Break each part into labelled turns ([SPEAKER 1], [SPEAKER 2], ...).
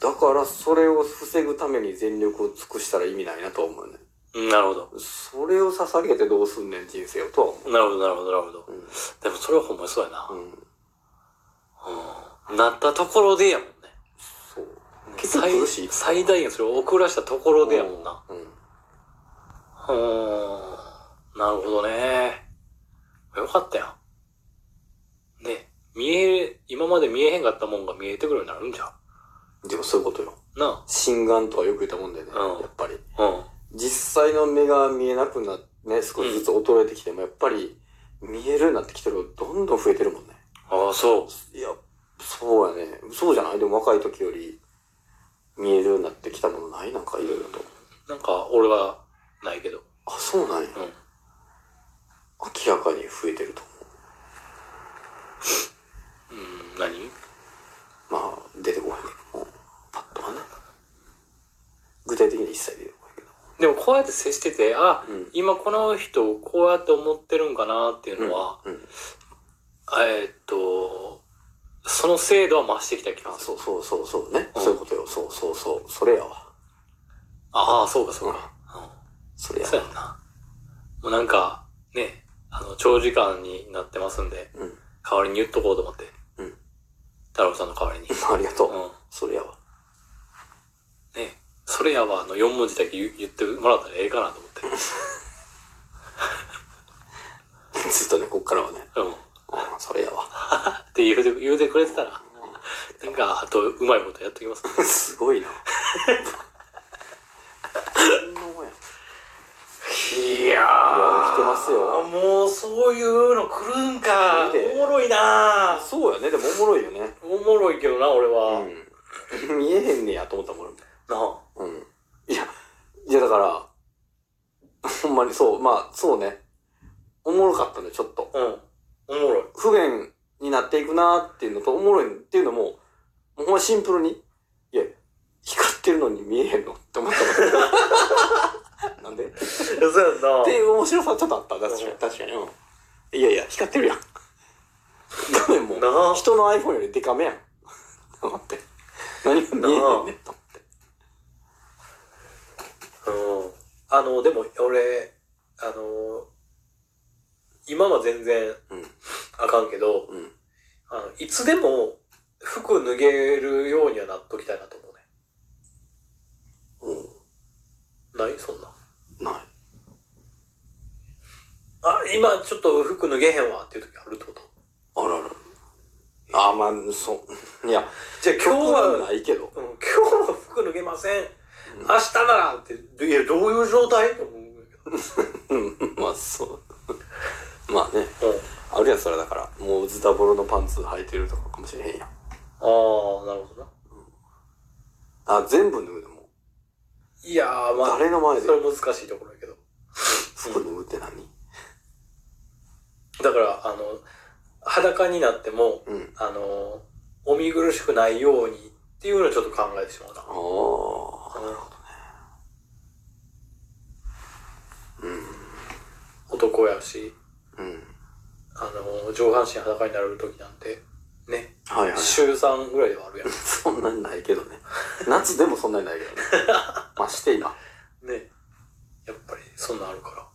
[SPEAKER 1] だからそれを防ぐために全力を尽くしたら意味ないなとは思うね。
[SPEAKER 2] うんなるほど。
[SPEAKER 1] それを捧げてどうすんねん人生をとは思
[SPEAKER 2] なるほど、なるほど、なるほど。
[SPEAKER 1] う。
[SPEAKER 2] でもそれはほんまにそうやな
[SPEAKER 1] う。ん。うん。
[SPEAKER 2] うんなったところでやもんね。
[SPEAKER 1] そう。結局苦し
[SPEAKER 2] 最
[SPEAKER 1] い
[SPEAKER 2] 最大限それを遅らしたところでやもんな。
[SPEAKER 1] うん。
[SPEAKER 2] うーん。なるほどね。よかったやん。ね。見え、今まで見えへんかったもんが見えてくるようになるんじゃ
[SPEAKER 1] でもそういうことよ。
[SPEAKER 2] うな
[SPEAKER 1] 心眼とはよく言ったもんだよね。
[SPEAKER 2] うん
[SPEAKER 1] やっぱり。
[SPEAKER 2] あ。うん。
[SPEAKER 1] 実際の目が見えなくなって、ね、少しずつ衰えてきても、やっぱり見えるようになってきてるどんどん増えてるもんね。
[SPEAKER 2] ああ、そう。
[SPEAKER 1] いや、そうやね。そうじゃないでも若い時より見えるようになってきたものないなんかいろいろと。
[SPEAKER 2] なんか、俺は、ないけど。
[SPEAKER 1] あ、そうなんや。
[SPEAKER 2] うん。
[SPEAKER 1] 明らかに増えてると
[SPEAKER 2] うん、何
[SPEAKER 1] 思う。まあ、出てこないけども。パッとはね。具体的には一切出てこないけど。
[SPEAKER 2] でも、こうやって接してて、あ、
[SPEAKER 1] うん
[SPEAKER 2] 今この人をこうやって思ってるんかなっていうのは、
[SPEAKER 1] うん。
[SPEAKER 2] えーっと、その精度は増してきた気が
[SPEAKER 1] あ、
[SPEAKER 2] する。
[SPEAKER 1] そうそうそうそうね。
[SPEAKER 2] うん
[SPEAKER 1] そういうことよ。そうそうそう。それやわ。
[SPEAKER 2] ああ、そうか、そうか。うん
[SPEAKER 1] それや
[SPEAKER 2] そう
[SPEAKER 1] わ。
[SPEAKER 2] やんな。もうなんか、ね、あの、長時間になってますんで、
[SPEAKER 1] うん。
[SPEAKER 2] 代わりに言っとこうと思って。
[SPEAKER 1] うん。
[SPEAKER 2] 太郎さんの代わりに。う
[SPEAKER 1] ありがとう。
[SPEAKER 2] ん。
[SPEAKER 1] それやわ。
[SPEAKER 2] ね、それやわ、あの、4文字だけ言言ってもらったらええかなと思って。
[SPEAKER 1] ずっとね、こっからはね。
[SPEAKER 2] うん。
[SPEAKER 1] あそれやわ。
[SPEAKER 2] って言うて、言うてくれてたら、なんか、あと、うまいことやってきます。
[SPEAKER 1] すごい な。反応や
[SPEAKER 2] いや
[SPEAKER 1] ー来てますよ
[SPEAKER 2] もう、そういうの来るんか
[SPEAKER 1] 来るで
[SPEAKER 2] おもろいな
[SPEAKER 1] そうやね、でもおもろいよね。
[SPEAKER 2] おもろいけどな、俺は。
[SPEAKER 1] うん。見えへんねやと思ったもん。
[SPEAKER 2] なあ。
[SPEAKER 1] 俺もうん。いや、いやだから、ほんまにそう、まあ、そうね。おもろかったね、ちょっと。
[SPEAKER 2] うん。おもろい。
[SPEAKER 1] 不便になっていくなーっていうのと、おもろいっていうのも、もうほんまシンプルに、いや、光ってるのに見えへんのって思ったもん。 なんで
[SPEAKER 2] そうやんな
[SPEAKER 1] っていう面白さちょっとあった確か
[SPEAKER 2] う
[SPEAKER 1] に
[SPEAKER 2] ん
[SPEAKER 1] 確かに、うん、いやいや光ってるやん画面も
[SPEAKER 2] なあ
[SPEAKER 1] 人の iPhone よりデカめやん と思って何が見えへんねんと思って
[SPEAKER 2] うんあの、でも俺、あの、今は全然
[SPEAKER 1] うん
[SPEAKER 2] あかんけど、
[SPEAKER 1] うん
[SPEAKER 2] あのいつでも服脱げるようにはなっときたいなと思うね。
[SPEAKER 1] う
[SPEAKER 2] ないそんな。
[SPEAKER 1] んない
[SPEAKER 2] あ、今ちょっと服脱げへんわっていう時あるってこと
[SPEAKER 1] あららあまあそういや
[SPEAKER 2] じゃあ今日
[SPEAKER 1] 今日は
[SPEAKER 2] は、
[SPEAKER 1] ないけど
[SPEAKER 2] うん、今日は服脱げません。明日ならって、いや、どういう状態って思うけど。
[SPEAKER 1] うんまあそうまあね
[SPEAKER 2] うん
[SPEAKER 1] あるやつらだからもうズタボロのパンツ履いてるとかかもしれへんやん
[SPEAKER 2] ああ、なるほどな。
[SPEAKER 1] あ全部脱ぐでも
[SPEAKER 2] いやー、まあ、
[SPEAKER 1] 誰の前で
[SPEAKER 2] それ難しいところやけど。
[SPEAKER 1] 服脱ぐって何
[SPEAKER 2] だから、あの、裸になっても、
[SPEAKER 1] うん
[SPEAKER 2] あの、お見苦しくないようにっていうのをちょっと考えてしまうな。
[SPEAKER 1] ああ
[SPEAKER 2] なるほどね。男やし、
[SPEAKER 1] うん
[SPEAKER 2] あの、上半身裸になる時なんて、ね、
[SPEAKER 1] はいはい
[SPEAKER 2] 週3ぐらいではあるや
[SPEAKER 1] そんなにないけどね。夏でもそんなにないけどね。 まあして今。
[SPEAKER 2] ん。ね。やっぱり、そんなんあるから。っ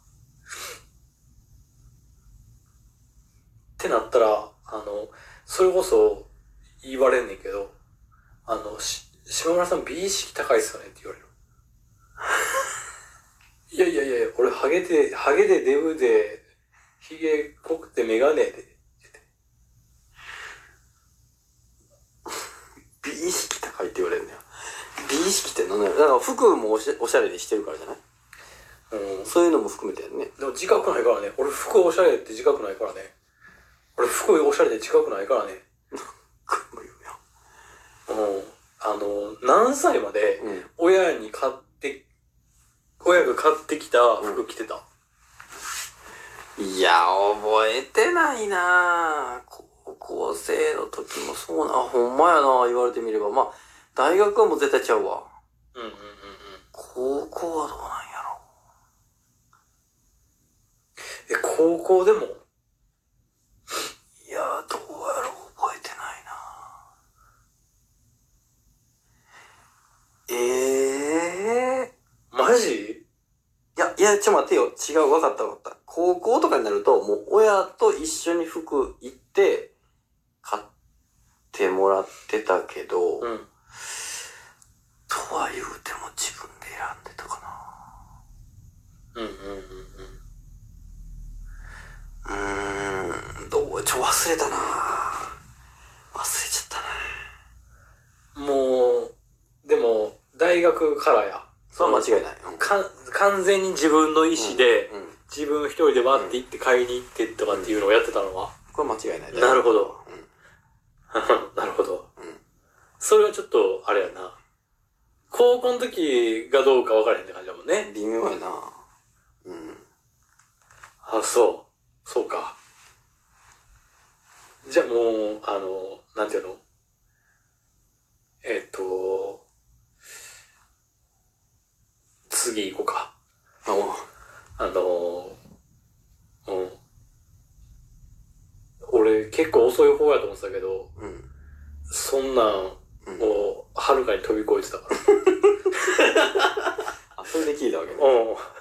[SPEAKER 2] てなったら、あの、それこそ言われんねんけど、あの、し、島村さん美意識高いっすよねって言われる。いやいやいやいや、俺ハゲて、ハゲでデブで、ヒゲ濃くてメガネで、
[SPEAKER 1] 美意識高いって言われるんだよ。美意識って何だよ。だから服もおしおしゃれにしてるからじゃない
[SPEAKER 2] うん、
[SPEAKER 1] そういうのも含めてやね。
[SPEAKER 2] でも自覚ないからね。俺服おしゃれって自覚ないからね。俺服おしゃれで自覚ないからね。
[SPEAKER 1] 服も言うよ
[SPEAKER 2] うん。あの、何歳まで
[SPEAKER 1] うん
[SPEAKER 2] 親に買って、親が買ってきた服着てた。
[SPEAKER 1] いや、覚えてないなぁ高校生の時もそうな。あほんまやなぁ言われてみれば。まあ、大学はもう絶対ちゃうわ。
[SPEAKER 2] うんうんうんうん。
[SPEAKER 1] 高校はどうなんやろ。
[SPEAKER 2] え、高校でも
[SPEAKER 1] いやー、どうやろう覚えてないなや、ちょ、待てよ。違う、わかったわかった。高校とかになると、もう親と一緒に服行って、買ってもらってたけど、
[SPEAKER 2] うん。
[SPEAKER 1] とは言うても自分で選んでたかな。
[SPEAKER 2] うんうんうん
[SPEAKER 1] う
[SPEAKER 2] うん。
[SPEAKER 1] ーん、どう、ちょ、忘れたな忘れちゃったな
[SPEAKER 2] もう、でも、大学からや。
[SPEAKER 1] それは間違いない。うん
[SPEAKER 2] かん完全に自分の意思で、
[SPEAKER 1] うん。
[SPEAKER 2] 自分一人でバーって行って買いに行ってとかっていうのをやってたのは。
[SPEAKER 1] これ間違いない。
[SPEAKER 2] なるほど。
[SPEAKER 1] うん
[SPEAKER 2] なるほど。
[SPEAKER 1] うん
[SPEAKER 2] それはちょっと、あれやな。高校の時がどうか分からへんって感じだもんね。
[SPEAKER 1] 微妙やなうん。
[SPEAKER 2] あ、そう。そうか。じゃあもう、あの、なんていうのえっ、と、次行こうか。
[SPEAKER 1] あお
[SPEAKER 2] あの、うん。俺結構遅い方やと思ってたけど、
[SPEAKER 1] うん。
[SPEAKER 2] そんなん
[SPEAKER 1] うん
[SPEAKER 2] をはるかに飛び越えてたから。
[SPEAKER 1] あ、それで聞いたわけね。
[SPEAKER 2] うん。